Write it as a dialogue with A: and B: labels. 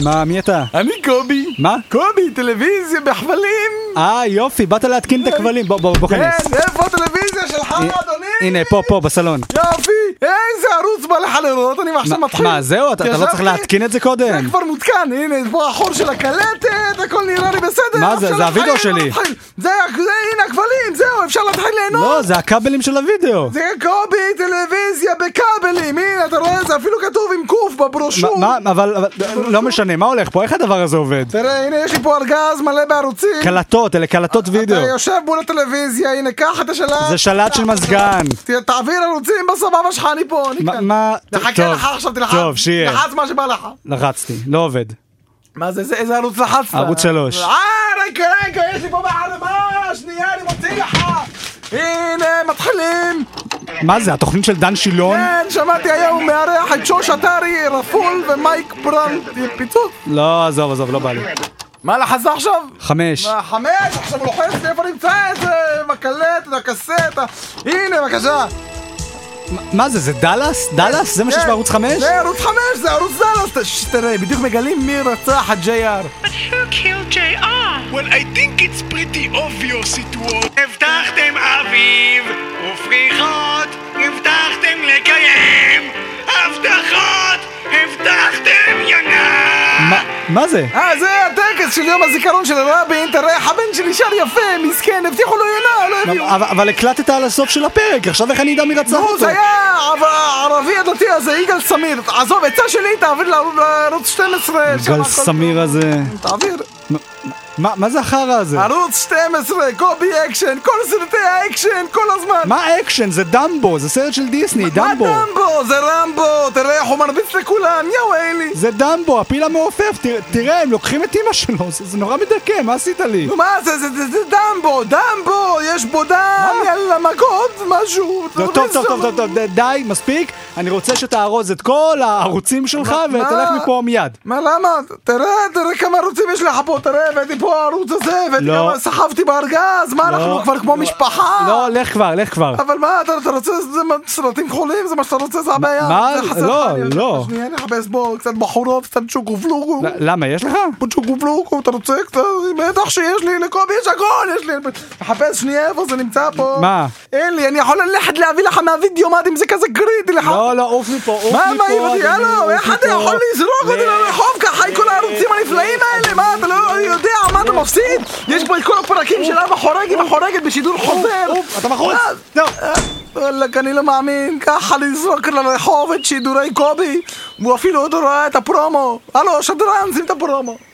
A: מה, מי אתה?
B: אני קובי.
A: מה?
B: קובי, טלוויזיה בכבלים.
A: אה, יופי, באת להתקין את הכבלים. בוא, בוא, בוא,
B: כן,
A: כנס.
B: איפה הטלוויזיה שלך, אדוני?
A: לא הנה, פה, פה, בסלון.
B: יופי, איזה ערוץ בא לך לראות, אני עכשיו
A: מה-
B: מתחיל.
A: מה, זהו? אתה אתה לא
B: ישבתי,
A: צריך להתקין את זה קודם?
B: זה כבר מותקן, הנה, פה החור של הקלטת, הכל נראה לי בסדר.
A: מה
B: אף
A: זה?
B: שלב
A: זה הוידאו
B: בחיים לא
A: שלי.
B: מתחיל. זה, זה, הנה הכבלים, זהו, אפשר להתחיל ליהנות.
A: לא, זה הכבלים של הוידאו.
B: זה קובי טלוויזיה בכבלים, הנה אתה רואה זה אפילו כתוב עם קוף בברושור.
A: מה, מה, אבל, אבל- לא משנה, מה הולך פה? איך הדבר הזה עובד?
B: תראה, הנה יש לי פה ארגז מלא בערוצים.
A: כן, קלטות, אלה קלטות
B: אתה
A: וידאו.
B: יושב מול הטלוויזיה, הנה קח את השלט.
A: זה שלט של מזגן.
B: ת- תעביר ערוצים בסבבה שלך, אני פה, אני
A: מה-
B: כאן.
A: מה,
B: תחכה
A: טוב,
B: לך עכשיו, תלחץ.
A: טוב, שיהיה.
B: תלחץ מה שבא לך.
A: לחצתי, לא עובד.
B: מה זה, זה- איזה ערוץ לחצת?
A: ערוץ שלוש.
B: אה, רגע, רגע, יש לי פה בערמה, שנייה, אני מוציא לך. הנה, מתחילים.
A: מה זה, התוכנית של דן שילון?
B: כן, שמעתי היום הוא מארח את שוש עטרי, רפול ומייק ברנט פיצוץ.
A: לא, עזוב, עזוב, לא בא לי.
B: מה לחץ עכשיו?
A: חמש.
B: מה, חמש? עכשיו הוא לוחץ לי איפה נמצא את זה? מקלט, הקסט, ה- הנה, בבקשה.
A: מה זה, זה דאלאס? דאלאס? זה מה שיש
B: כן,
A: בערוץ חמש?
B: זה ערוץ חמש, זה ערוץ דאלאס. ש- תראה, בדיוק מגלים מי רצח את JR.
C: But who killed JR?
D: Well, I think it's pretty obvious it was. הבטחתם אביב ופריחות, הבטחתם לקיים הבטחות, הבטחתם יונה.
A: מה- מה זה?
B: אה, זה הטקס של יום הזיכרון של רבין, תראה, הבן שלי שר יפה, מסכן, הבטיחו לו יונה, לא הביאו.
A: אבל- אבל הקלטת על הסוף של הפרק, עכשיו איך אני אדע מי רצח
B: נו,
A: אותו?
B: זה היה העב- הערבי הדתי הזה, יגאל סמיר. עזוב, עצה שלי, תעביר לערוץ- לערוץ 12. שם
A: גל
B: הכל-
A: סמיר הזה.
B: תעביר.
A: מה מה זה החרא הזה?
B: ערוץ 12, קובי אקשן, כל סרטי האקשן, כל הזמן.
A: מה האקשן? זה דמבו, זה סרט של דיסני, דמבו.
B: מה דמבו? זה רמבו, תראה איך הוא מרביץ לכולם, יואו אלי.
A: זה דמבו, הפיל המעופף, תראה- תראה, הם לוקחים את אימא שלו, זה זה נורא מדכא, מה עשית לי?
B: נו מה זה, זה, זה, זה דמבו, דמבו, יש בו דם, יאללה מכות, משהו. אתה
A: טוב, טוב,
B: יודע,
A: טוב,
B: זה-
A: טוב, טוב, טוב, די, מספיק, אני רוצה שתארוז את כל הערוצים שלך
B: מה-
A: ותלך
B: מה?
A: מפה מיד.
B: מה למה? תראה, תראה כמה ערוצים יש לך פה, תראה, הבאתי פה הערוץ הזה, הבאתי
A: לא.
B: כמה, סחבתי בארגז, מה אנחנו כבר כמו משפחה?
A: לא, לך כבר, לך כבר.
B: אבל מה, אתה, אתה רוצה זה מה- סרטים כחולים? זה מה שאתה רוצה? זה הבעיה.
A: מה?
B: זה חסר
A: לא,
B: לך, אני-
A: לא.
B: שנייה, נחפש בו קצת בחורות, קצת צ'וקו פלוגו.
A: ל- למה, יש לך?
B: צ'וקו פלוגו, אתה רוצה קצת? בטח שיש לי, לקובי יש הכל, יש לי. נחפש שנייה איפה זה נמצא פה.
A: מה?
B: אין לי, אני יכול ללכת להביא לך מהווידאומט אם זה כזה קריטי לך.
A: לא, לא, עוף מפה, עוף מפה.
B: מה, מה,
A: אדוני,
B: יאללה,
A: עוף
B: איך אתה
A: מפה.
B: יכול לא לזרוק אותי לרחוב ככה עם כל הערוצים הנפלאים האלה? מה, אתה לא יודע מה אתה מפסיד? יש פה את כל הפרקים של אבא חורג עם החורגת בשידור חוזר.
A: עוף, אתה בחוץ.
B: אה,
A: טוב.
B: אה, וואלכ, אני לא מאמין, ככה לזרוק לרחוב את שידורי קובי. הוא אפילו עוד לא ראה את הפרומו. הלו, שדרן, שים את הפרומו.